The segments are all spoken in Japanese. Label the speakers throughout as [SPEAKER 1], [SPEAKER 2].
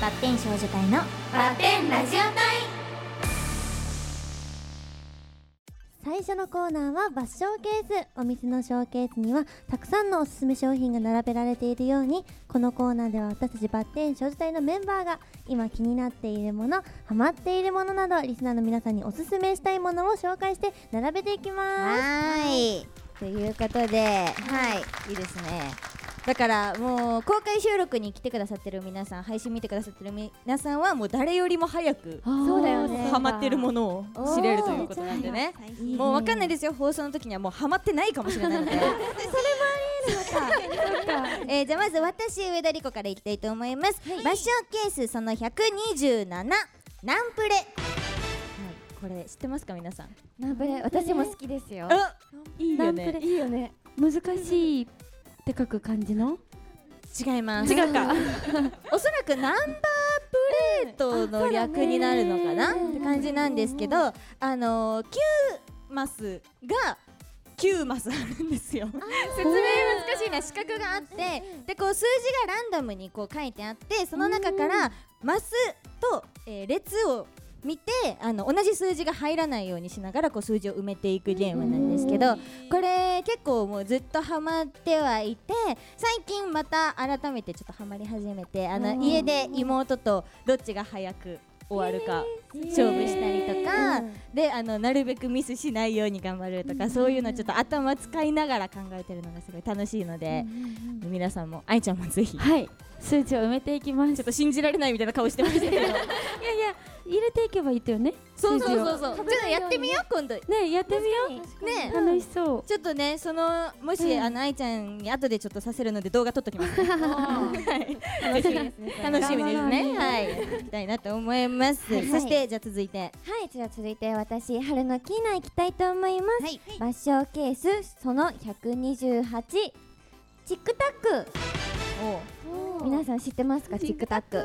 [SPEAKER 1] バッテン少女隊の
[SPEAKER 2] バッテンラジオ隊
[SPEAKER 1] 最初のコーナーはバッショーケースお店のショーケースにはたくさんのおすすめ商品が並べられているようにこのコーナーでは私たちバッテン少女隊のメンバーが今気になっているものハマっているものなどリスナーの皆さんにおすすめしたいものを紹介して並べていきます
[SPEAKER 3] はい。ということで、はい、いいですね。だからもう公開収録に来てくださってる皆さん、配信見てくださってる皆さんはもう誰よりも早く
[SPEAKER 1] そうだよね
[SPEAKER 3] ハマってるものを知れるということなんでね。もうわかんないですよ。放送の時にはもうハマってないかもし れないので。それもあ りえるのか。えーじゃあまず私上田理子からいきたいと思います。バッションケースその127ナンプレ。はい、これ知ってますか皆さん。
[SPEAKER 4] ナンプレ私も好きですよ。
[SPEAKER 3] いい
[SPEAKER 5] ナ
[SPEAKER 3] よ
[SPEAKER 5] ンプ
[SPEAKER 3] ね
[SPEAKER 5] レ。いいよね。難しいって書く感じの。
[SPEAKER 3] 違います違うか おそらくナンバープレートの略になるのかなって感じなんですけどあのー、9マスが9マスあるんですよ説明難しいね四角があってでこう数字がランダムにこう書いてあってその中からマスと、えー列を見てあの同じ数字が入らないようにしながらこう数字を埋めていくゲームなんですけどこれ結構もうずっとハマってはいて最近また改めてちょっとハマり始めてあの家で妹とどっちが早く終わるか勝負したりとかであのなるべくミスしないように頑張るとかそういうのちょっと頭使いながら考えてるのがすごい楽しいので皆さんも愛ちゃんもぜひちょ
[SPEAKER 5] はい。数値を埋めていきます。
[SPEAKER 3] っと信じられないみたいな顔してましたけど
[SPEAKER 5] いやいや、入れていけばいいとよね。
[SPEAKER 3] そうそうそ
[SPEAKER 5] 数字
[SPEAKER 3] うそうちょっとやってみよう今度
[SPEAKER 5] をね、やってみよ
[SPEAKER 3] ね
[SPEAKER 5] う。楽しそう。
[SPEAKER 3] ちょっとね、そのもし、あの愛ちゃんに後でちょっとさせるので動画撮っときます、 ね。はい楽しみですね。楽しみですね。はい、やっていきたいなと思います。
[SPEAKER 4] はい
[SPEAKER 3] そしてじゃあ続いて、
[SPEAKER 4] はい、じゃあ続いて私、春のキーナ行きたいと思います。
[SPEAKER 3] はい、
[SPEAKER 4] バッショーケースその128チックタック皆さん知ってますかチックタック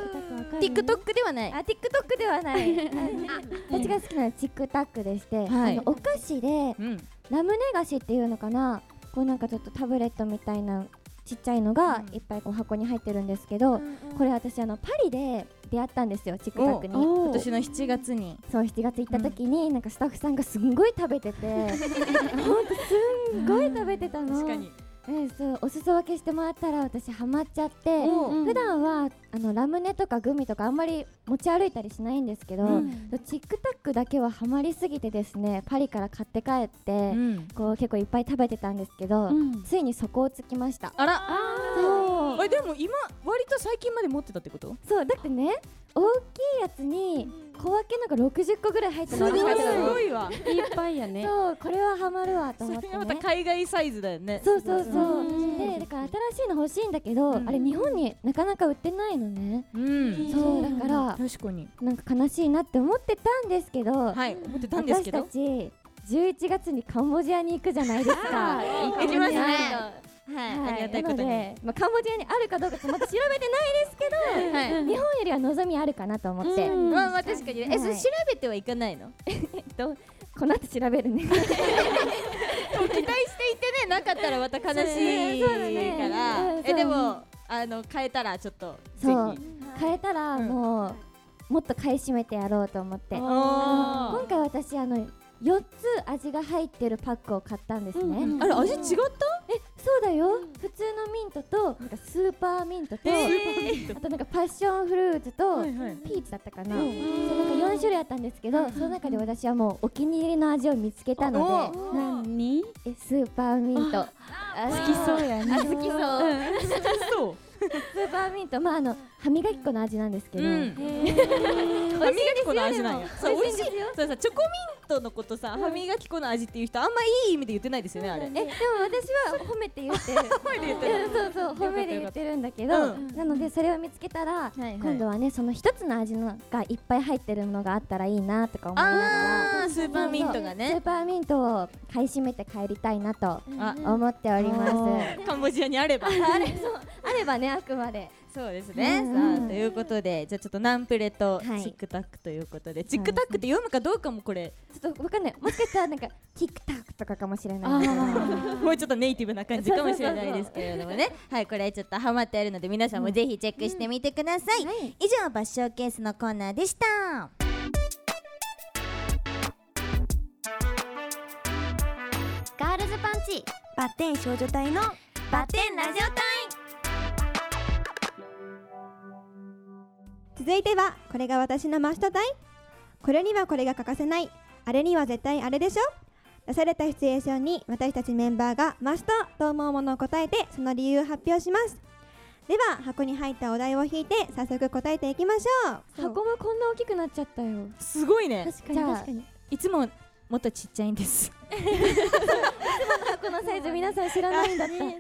[SPEAKER 3] お、TikTok ではない。
[SPEAKER 4] あ、TikTok ではない あ私が好きなのはチックタックでして、
[SPEAKER 3] はい
[SPEAKER 4] あのお菓子で
[SPEAKER 3] うん、
[SPEAKER 4] ラムネ菓子っていうのかなこうなんかちょっとタブレットみたいなちっちゃいのが
[SPEAKER 3] うん
[SPEAKER 4] いっぱいこう箱に入ってるんですけど、これ私あのパリで出会ったんですよチックタックに
[SPEAKER 5] お
[SPEAKER 3] 今
[SPEAKER 5] ー
[SPEAKER 3] 年の7月に。
[SPEAKER 4] そう7月行った時に、なんかスタッフさんがすんごい食べ ててほんとすんごい食べてたの
[SPEAKER 3] に。
[SPEAKER 4] ええそうお裾分けしてもらったら私ハマっちゃって、
[SPEAKER 5] うん
[SPEAKER 4] 普段はあのラムネとかグミとかあんまり持ち歩いたりしないんですけど、
[SPEAKER 3] うん
[SPEAKER 4] チックタックだけはハマりすぎてですねパリから買って帰って、
[SPEAKER 3] うん。
[SPEAKER 4] こう結構いっぱい食べてたんですけど、
[SPEAKER 5] うん
[SPEAKER 4] ついに底をつきました
[SPEAKER 3] あら、
[SPEAKER 4] そう
[SPEAKER 3] あでも今割と最近まで持ってたってこと？
[SPEAKER 4] そうだってね大きいやつに小分けなんか60個ぐらい入ってます
[SPEAKER 5] ごい
[SPEAKER 3] いわ。
[SPEAKER 5] いっぱいやね。
[SPEAKER 4] そうこれはハマるわと
[SPEAKER 3] そ
[SPEAKER 4] 思って、
[SPEAKER 3] れ
[SPEAKER 4] ね、
[SPEAKER 3] がまた海外サイズだよね。
[SPEAKER 4] そうそうそううんでだから新しいの欲しいんだけど、
[SPEAKER 3] うん
[SPEAKER 4] あれ日本になかなか売ってないのね、
[SPEAKER 3] うん。
[SPEAKER 4] そうだから
[SPEAKER 3] 確かに。
[SPEAKER 4] なんか悲しいなって思ってたんですけど、
[SPEAKER 3] はい、思ってたんです
[SPEAKER 4] 私
[SPEAKER 3] け
[SPEAKER 4] た
[SPEAKER 3] ど。
[SPEAKER 4] ち11月にカンボジアに行くじゃないです か。
[SPEAKER 3] 行きますね。はい、ありがた
[SPEAKER 4] な
[SPEAKER 3] いこ
[SPEAKER 4] の
[SPEAKER 3] とに。
[SPEAKER 4] で、まあ、カンボジアにあるかどうかちょっとまだ調べてないですけど
[SPEAKER 3] はい。
[SPEAKER 4] 日本よりは望みあるかなと思って、
[SPEAKER 5] うん
[SPEAKER 3] まあまあ確かにね。え、それ
[SPEAKER 4] はい
[SPEAKER 3] 調べてはいかないの
[SPEAKER 4] この後調べるね
[SPEAKER 3] 期待していてね、なかったらまた悲しい
[SPEAKER 4] そうだね
[SPEAKER 3] から
[SPEAKER 4] うん。
[SPEAKER 3] え、で
[SPEAKER 4] そう
[SPEAKER 3] も、あの、変えたらちょっと、ぜひ。
[SPEAKER 4] そう変えたら
[SPEAKER 3] うん
[SPEAKER 4] もう、もっと買い占めてやろうと思って
[SPEAKER 3] お
[SPEAKER 4] 今
[SPEAKER 3] ー
[SPEAKER 4] 回私あの4つ味が入ってるパックを買ったんですね、
[SPEAKER 5] うんうん
[SPEAKER 3] あれ、味違った
[SPEAKER 4] そうだよ、普通のミントとなんかスーパーミントと、
[SPEAKER 3] え
[SPEAKER 4] あとなんかパッションフルーツと、
[SPEAKER 3] はいはい
[SPEAKER 4] ピーチだったかな、そうなんか4種類あったんですけど、その中で私はもうお気に入りの味を見つけたので
[SPEAKER 5] 何？
[SPEAKER 4] えスーパーミント好
[SPEAKER 5] 好きそうやね。
[SPEAKER 4] 好きそう
[SPEAKER 3] そう。
[SPEAKER 4] スーパーミントまああの歯磨き粉の味なんですけ
[SPEAKER 3] う
[SPEAKER 4] ど、
[SPEAKER 3] ん。 歯磨き粉の味なんや。そう、美味しい。そうさ、チョコミントのことさ、歯磨き粉の味っていう人、あんまいい意味で言ってないですよね、あれ。
[SPEAKER 4] えでも私は褒めて言ってる
[SPEAKER 3] 声で言っ
[SPEAKER 4] うんそうそう褒めで言ってるんだけど、
[SPEAKER 3] う
[SPEAKER 4] なのでそれを見つけたら、
[SPEAKER 3] いはい
[SPEAKER 4] 今度はねその一つの味のがいっぱい入ってるのがあったらいいなとか思いながら
[SPEAKER 3] あー、スーパーミントが
[SPEAKER 4] スー
[SPEAKER 3] ね。
[SPEAKER 4] パーミントを買い占めて帰りたいなと
[SPEAKER 3] あ、
[SPEAKER 4] 思っております
[SPEAKER 3] カンボジアにあれば。
[SPEAKER 4] あればねあくまで
[SPEAKER 3] そうですね、
[SPEAKER 4] うん
[SPEAKER 3] さあということでじゃあちょっとナンプレとチ
[SPEAKER 4] はい
[SPEAKER 3] ックタックということで、チックタックって読むかどうかもこれ
[SPEAKER 4] ちょっとわかんないもしかしたらなんか TikTok とかかもしれない
[SPEAKER 3] あ
[SPEAKER 4] あ
[SPEAKER 3] もうちょっとネイティブな感じかもしれないですけれども ねはいこれちょっとハマってあるので皆さんもぜひチェックしてみてください、以上バッショーケースのコーナーでした
[SPEAKER 4] ガールズパンチ
[SPEAKER 2] バッテン少女隊のバッテンラジオ隊
[SPEAKER 6] 続いてはこれが私の真下隊これにはこれが欠かせないあれには絶対あれでしょ出されたシチュエーションに私たちメンバーが真下と思うものを答えてその理由を発表しますでは箱に入ったお題を引いて早速答えていきましょう
[SPEAKER 5] 箱もこんな大きくなっちゃったよ
[SPEAKER 3] すごいね
[SPEAKER 1] 確かに
[SPEAKER 4] じゃあ
[SPEAKER 1] 確かに
[SPEAKER 3] いつももっとちっちゃいんです
[SPEAKER 5] 箱のサイズ皆さん知らないんだった色も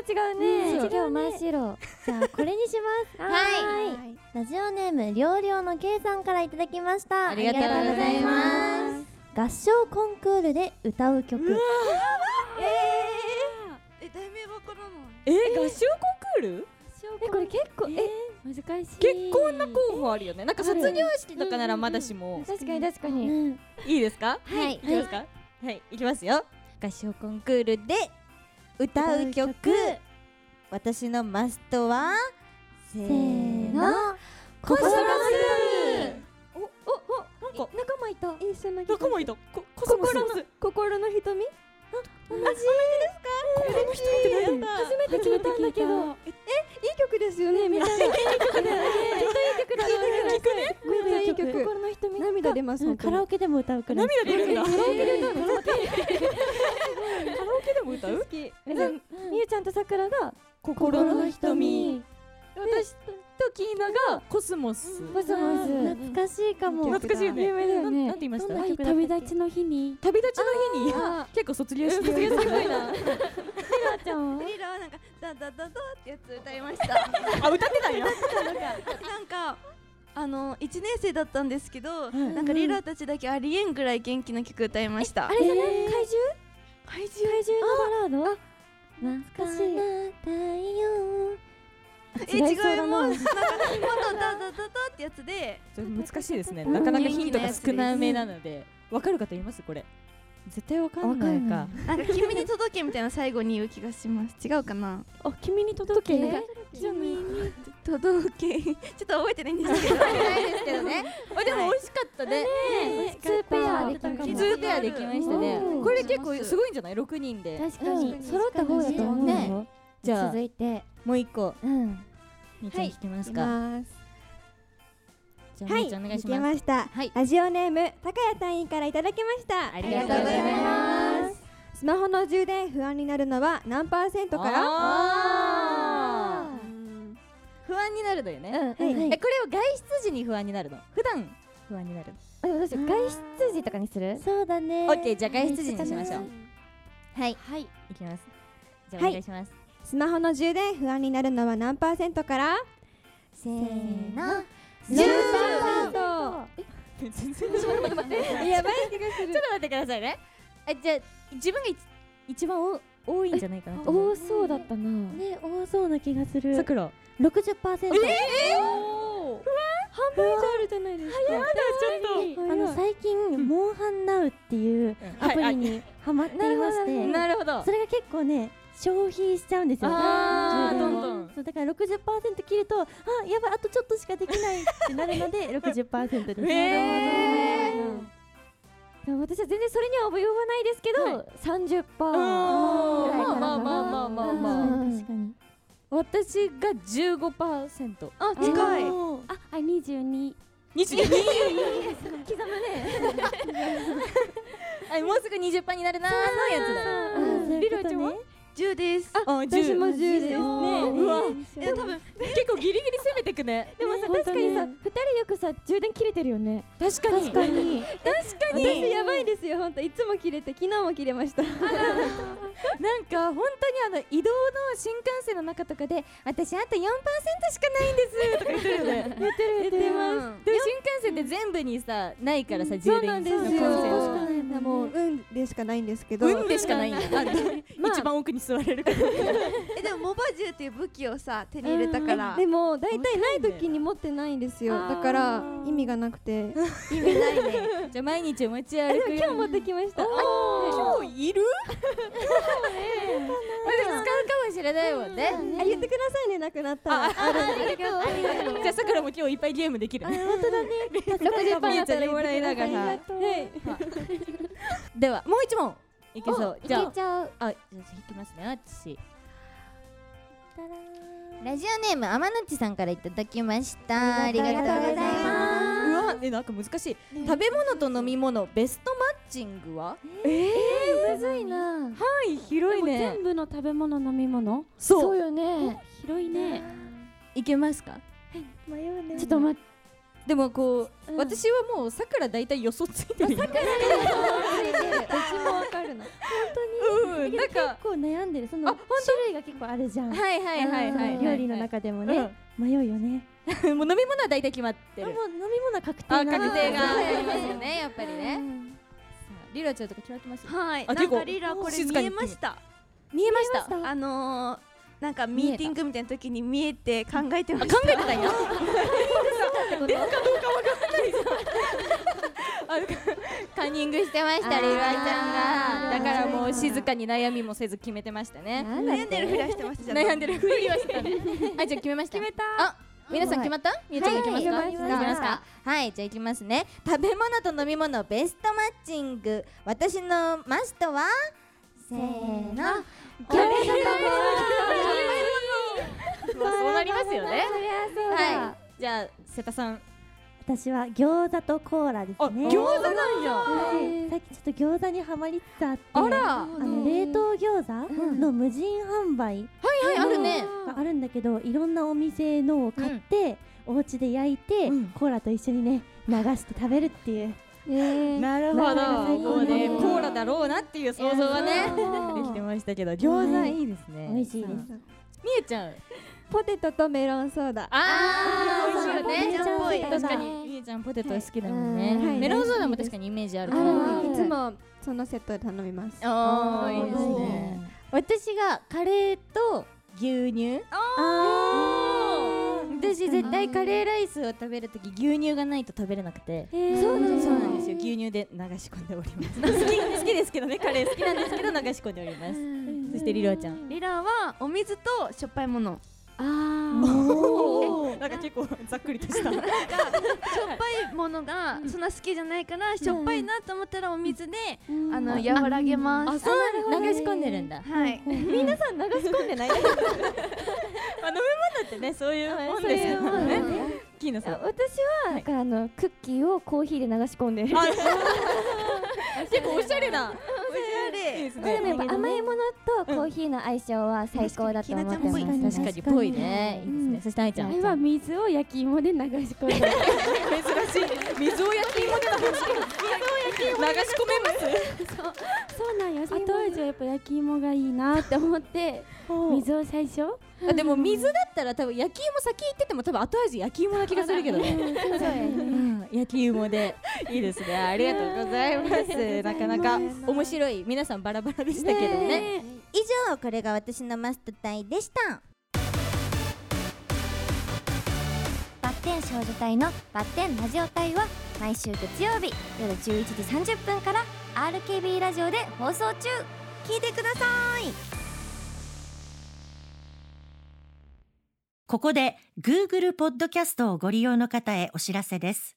[SPEAKER 5] 違う
[SPEAKER 4] ね
[SPEAKER 5] ね
[SPEAKER 4] え
[SPEAKER 5] 違
[SPEAKER 4] 今
[SPEAKER 5] う
[SPEAKER 4] 日
[SPEAKER 5] ね
[SPEAKER 4] 真っ白
[SPEAKER 1] じゃあこれにし ます
[SPEAKER 2] はい
[SPEAKER 1] ラジオネームりょうりょうのけいさんからいただきました
[SPEAKER 3] ありがとうございます
[SPEAKER 1] 合唱コンクールで歌う曲
[SPEAKER 3] え合唱コンクール
[SPEAKER 5] えこれ結構え難しい
[SPEAKER 3] 結構な候補あるよねなんか卒業式とかならまだしも
[SPEAKER 5] 確かに確かに
[SPEAKER 1] うん
[SPEAKER 3] いいですか
[SPEAKER 4] はい
[SPEAKER 3] いきますかはい、いきますよ合唱コンクールで歌う曲私のマストはせーのコスモス
[SPEAKER 5] おお
[SPEAKER 3] なんか
[SPEAKER 5] お仲間いた
[SPEAKER 6] 一緒の
[SPEAKER 3] 仲間いたココスモス
[SPEAKER 5] 心
[SPEAKER 3] 同じ
[SPEAKER 6] 心の瞳
[SPEAKER 3] 人って
[SPEAKER 5] 初めて聞いたんだけ
[SPEAKER 6] いい
[SPEAKER 5] ど
[SPEAKER 6] 曲ですよねみんな
[SPEAKER 3] 聞くね
[SPEAKER 6] めっちゃいい曲
[SPEAKER 5] 心の瞳
[SPEAKER 6] 涙出ます
[SPEAKER 1] うん
[SPEAKER 6] 本
[SPEAKER 1] カ
[SPEAKER 6] 当
[SPEAKER 1] ラ
[SPEAKER 6] に
[SPEAKER 1] オケでも歌うくらい
[SPEAKER 3] 涙出るんだカラオケで歌う
[SPEAKER 5] の
[SPEAKER 3] のカラオケでも歌う
[SPEAKER 5] えじゃあみゆちゃんとさくらが
[SPEAKER 3] 心の瞳
[SPEAKER 5] 私と
[SPEAKER 3] キーナがコスモス
[SPEAKER 5] ボスボス
[SPEAKER 1] 懐かしいかも
[SPEAKER 3] 懐かしいよね
[SPEAKER 5] 有名だよね
[SPEAKER 3] ななんて言いました
[SPEAKER 5] 愛旅立ちの日に
[SPEAKER 3] 旅立ちの日に結構卒業式卒業すごいな
[SPEAKER 5] ちゃんは
[SPEAKER 6] リラはなんかダダダダってやつ歌いました
[SPEAKER 3] あ歌ってたんや
[SPEAKER 6] なんかあの1年生だったんですけど、なんかリーダーたちだけありえんぐらい元気な曲歌いました。
[SPEAKER 5] あれじゃない怪獣
[SPEAKER 6] 怪獣
[SPEAKER 5] 怪獣のバラード懐かしい
[SPEAKER 1] 太陽
[SPEAKER 6] え違います。
[SPEAKER 5] だ
[SPEAKER 6] も
[SPEAKER 5] な
[SPEAKER 6] っとダダダダってやつで、
[SPEAKER 3] ちょっと難しいですね。なかなかヒントが少なめなので、わかる方いますこれ。絶対わかんないか。
[SPEAKER 6] なんか君に届けみたいな最後に言う気がします。違うかな。
[SPEAKER 5] あ君に届け
[SPEAKER 4] なんか
[SPEAKER 5] じゃあ
[SPEAKER 6] 届 け、ちょっと覚えてないんですけど。
[SPEAKER 3] ないですけどね。 あでも美味しかったね。
[SPEAKER 5] ツーペアできるか
[SPEAKER 3] ツ
[SPEAKER 5] も
[SPEAKER 6] ずっ
[SPEAKER 3] ーペアできましたね
[SPEAKER 5] う。ん
[SPEAKER 3] これ結構すごいんじゃない？六人で。
[SPEAKER 4] 確かに、
[SPEAKER 1] うん
[SPEAKER 4] 揃った方だと思うよ、
[SPEAKER 3] ねじゃあ
[SPEAKER 4] 続いて
[SPEAKER 3] もう一個。
[SPEAKER 4] うん
[SPEAKER 3] みーちゃん聞きますか。
[SPEAKER 6] ます。
[SPEAKER 3] じゃあ
[SPEAKER 6] は
[SPEAKER 3] み
[SPEAKER 6] い、
[SPEAKER 3] ーちゃんお願いし
[SPEAKER 6] け
[SPEAKER 3] ます。
[SPEAKER 6] ました。
[SPEAKER 3] はい
[SPEAKER 6] ラジオネーム高谷隊員からいただきました。
[SPEAKER 3] ありがとうござい
[SPEAKER 6] ます。スマホの充電不安になるのは何パーセントから？
[SPEAKER 3] あ
[SPEAKER 6] う
[SPEAKER 3] ー
[SPEAKER 6] ん
[SPEAKER 3] 不安になるのよ
[SPEAKER 4] う
[SPEAKER 3] ね。
[SPEAKER 4] ん、
[SPEAKER 6] はい
[SPEAKER 4] はい
[SPEAKER 3] えこれは外出時に不安になるの。普段不安になる
[SPEAKER 4] あでもどうしよう外出時とかにする
[SPEAKER 1] そうだね
[SPEAKER 3] の。オッケーじゃあ外出時にしましょう。はい。
[SPEAKER 5] はい
[SPEAKER 3] いきます。じゃあお願いします。
[SPEAKER 6] スマホの充電不安になるのは何パーセントから？
[SPEAKER 3] せーの。
[SPEAKER 6] と
[SPEAKER 3] 全然待って待って待ってやばい気がするちょっと待ってくださいねあじゃあ自分がいち一番お多いんじゃないかなと思う
[SPEAKER 5] 多そうだったな
[SPEAKER 1] ね多そうな気がする
[SPEAKER 3] さくら
[SPEAKER 1] 60%
[SPEAKER 5] 半分以上あるじゃないですか
[SPEAKER 3] やだち
[SPEAKER 1] あの最近モンハンナウっていう
[SPEAKER 3] ょ
[SPEAKER 1] ア
[SPEAKER 3] っ
[SPEAKER 1] プ
[SPEAKER 3] と
[SPEAKER 1] リにハマっていまして
[SPEAKER 3] なるほど
[SPEAKER 1] それが結構ね消費しちゃうんですよ
[SPEAKER 3] あー
[SPEAKER 1] 充電を
[SPEAKER 3] どんどん
[SPEAKER 1] そうだから60%切るとあやばいあとちょっとしかできないってなるので60%です、
[SPEAKER 3] え
[SPEAKER 5] でも私は全然それには及ばないですけど、
[SPEAKER 3] は
[SPEAKER 5] 30%
[SPEAKER 3] ーおー
[SPEAKER 5] ぐらいかな
[SPEAKER 3] まあまあまあまあ
[SPEAKER 1] う
[SPEAKER 3] まあ
[SPEAKER 1] ん確かに
[SPEAKER 3] 私が15%
[SPEAKER 5] あ
[SPEAKER 6] 近い
[SPEAKER 1] おー
[SPEAKER 5] ああ22
[SPEAKER 3] 22! 刻む ねもうすぐ20%になるなーのやつだ
[SPEAKER 1] あーそういうことね
[SPEAKER 5] リラちゃんは
[SPEAKER 6] 10です。
[SPEAKER 3] あ私も10
[SPEAKER 6] ですね
[SPEAKER 3] うわ
[SPEAKER 6] いや多分
[SPEAKER 3] 結構ギリギリ攻めてく ね
[SPEAKER 5] でもさ、
[SPEAKER 1] ね
[SPEAKER 5] 確かに
[SPEAKER 1] 本
[SPEAKER 5] さ2人よくさ充電切れてるよね
[SPEAKER 3] 確かに
[SPEAKER 1] 確かに
[SPEAKER 3] 確かに
[SPEAKER 6] 私やばいですよ本当いつも切れて昨日も切れました。
[SPEAKER 3] なんか本当にあの移動の新幹線の中とかで私あと4%しかないんですとか言ってるよね 言ってる言ってますでも新幹線って全部にさないからさ
[SPEAKER 6] そ
[SPEAKER 3] 充電
[SPEAKER 6] うなんですよ
[SPEAKER 3] のコンセント
[SPEAKER 6] もう運でしかないんですけど
[SPEAKER 3] 運でしかないんだ一番奥に座れるから
[SPEAKER 2] えでもモバ銃っていう武器をさ手に入れたから
[SPEAKER 6] でも大体ない時に持ってないんですよだから意味がなくて
[SPEAKER 2] 意味ないね
[SPEAKER 3] じゃあ毎日持ち
[SPEAKER 6] あ
[SPEAKER 3] 歩
[SPEAKER 6] で
[SPEAKER 3] く
[SPEAKER 6] も
[SPEAKER 3] よ
[SPEAKER 6] 今日持ってきました
[SPEAKER 3] 今日いるでも使うかもしれないもんね
[SPEAKER 6] あ言ってくださいねなくなったらあ
[SPEAKER 3] じゃあさくらも今日いっぱいゲームできるね
[SPEAKER 5] 60
[SPEAKER 3] みゆちゃんにもらいながらではもう一問いけそうじゃ
[SPEAKER 4] い
[SPEAKER 3] あ
[SPEAKER 4] けちゃう
[SPEAKER 3] あ、じゃあ引きますね、あっち。ラジオネーム天のちさんからいただきました。ありがとうございます。うわ、ね、なんか難しい。食べ物と飲み物ベストマッチングは？
[SPEAKER 4] むずいな
[SPEAKER 3] はい、広いね
[SPEAKER 5] 全部の食べ物飲み物
[SPEAKER 3] そう、
[SPEAKER 4] よね
[SPEAKER 5] 広いね
[SPEAKER 3] いけますか？
[SPEAKER 5] ちょっと待って
[SPEAKER 3] でもこう、私はもうさくらだいたい予想ついてるよ。
[SPEAKER 6] もわかるの
[SPEAKER 3] うん、なんか
[SPEAKER 5] こう悩んでるそ
[SPEAKER 3] あ
[SPEAKER 5] の
[SPEAKER 3] 本
[SPEAKER 5] 種類が結構あるじゃん
[SPEAKER 3] はいはいはいはい
[SPEAKER 5] 料理の中でも
[SPEAKER 3] ね
[SPEAKER 5] ね、迷うよね
[SPEAKER 3] うんもう飲み物はだいたい決まって
[SPEAKER 5] あも
[SPEAKER 3] る
[SPEAKER 5] う。飲み物確定
[SPEAKER 3] あ、
[SPEAKER 5] なんだ
[SPEAKER 3] 確定がありますよね、やっぱりね。さあリラちゃんとか決まってます？
[SPEAKER 2] はい
[SPEAKER 3] あ
[SPEAKER 2] な
[SPEAKER 3] 結
[SPEAKER 2] ん
[SPEAKER 3] 構
[SPEAKER 2] かリラこれ
[SPEAKER 3] 静
[SPEAKER 2] 見
[SPEAKER 3] か
[SPEAKER 2] え
[SPEAKER 3] に
[SPEAKER 2] ました
[SPEAKER 3] 見えました。
[SPEAKER 2] あのー、なんかミーティングみたいな時に見えて考えてました
[SPEAKER 3] 考えてたんや。出るかどうかわかんないじゃん。あなんかカンニングしてましたリルアちゃんがだからもう静かに悩みもせず決めてましたね
[SPEAKER 2] 悩んでるふりはしてましたじゃん
[SPEAKER 3] 悩んで るふりはしてたねあじゃあ決めました決めたあ皆さん決まったみゆちゃんが決まった、
[SPEAKER 4] はい
[SPEAKER 3] 決まりましたはいじゃあいきますね食べ物と飲み物ベストマッチング私のマストはせーのギャル そうなりますよねはいじゃあ瀬田さん
[SPEAKER 1] 私は餃子とコーラですね
[SPEAKER 3] なんや
[SPEAKER 1] はいさっきちょっと餃子にはまりつつあって
[SPEAKER 3] あら
[SPEAKER 1] あの冷凍餃子の無人販売
[SPEAKER 3] はいあるね
[SPEAKER 1] があるんだけどいろんなお店のを買って、お家で焼いて、
[SPEAKER 3] うん
[SPEAKER 1] コーラと一緒にね流して食べるっていう
[SPEAKER 3] なるほど
[SPEAKER 1] 最
[SPEAKER 3] も
[SPEAKER 1] 高
[SPEAKER 3] う
[SPEAKER 1] だね
[SPEAKER 3] ねコーラだろうなっていう想像がねできてましたけど餃子いいですね
[SPEAKER 1] 美味しいです
[SPEAKER 3] さあみゆちゃん
[SPEAKER 6] ポテトとメロンソーダ
[SPEAKER 3] あー美味しいよね
[SPEAKER 2] めっちゃぽい
[SPEAKER 3] 確かにみゆちゃんポテト好きだもんね
[SPEAKER 6] はい
[SPEAKER 3] メロンソーダも確かにイメージある
[SPEAKER 6] あ
[SPEAKER 3] か
[SPEAKER 6] のい
[SPEAKER 3] ら
[SPEAKER 6] つもそのセットで頼みます
[SPEAKER 3] あーいいですね私がカレーと牛乳私絶対カレーライスを食べるとき牛乳がないと食べれなくて
[SPEAKER 5] そうなん
[SPEAKER 3] そうなんですよ牛乳で流し込んでおります 好き好きですけどねカレー好きなんですけど流し込んでおりますそしてリロアちゃん
[SPEAKER 2] リラはお水としょっぱいもの
[SPEAKER 3] なんか結構ざっくりとした
[SPEAKER 2] しょっぱいものがそんな好きじゃないからしょっぱいなと思ったらお水であの和らげま
[SPEAKER 3] あ
[SPEAKER 2] す
[SPEAKER 3] そうなん流し込んでるんだ
[SPEAKER 2] はい
[SPEAKER 3] まあ飲み物ってねそういうもんですよねキーナさん
[SPEAKER 4] 私はなんかあのクッキーをコーヒーで流し込んでる
[SPEAKER 3] あ 結構おしゃれなおしゃれです
[SPEAKER 4] まあでもや
[SPEAKER 3] ね
[SPEAKER 4] っぱ甘いものとコーヒーの相性は最高だと思ってま
[SPEAKER 2] う
[SPEAKER 4] す
[SPEAKER 2] ん
[SPEAKER 3] 確かにぽいねいいですねそして愛ちゃん
[SPEAKER 5] あれは水を焼き芋で流し込ん で
[SPEAKER 3] 珍
[SPEAKER 5] る
[SPEAKER 3] しい水を焼き芋で流し込む流し込めます
[SPEAKER 5] そうなんよあとはじゃあやっぱ焼き芋がいいなって思 って水を最初
[SPEAKER 3] あでも水だったら多分焼き芋先行ってても多分後味焼き芋な気がするけどね。うん焼き芋でいいですね。ありがとうござい ます。なかなか面白い皆さんバラバラでしたけどね。以上これが私のマストタイでした。
[SPEAKER 4] バッテン少女隊のバッテンラジオ隊は毎週月曜日夜11時30分から RKB ラジオで放送中聞いてください
[SPEAKER 7] ここで Google ポッドキャストをご利用の方へお知らせです。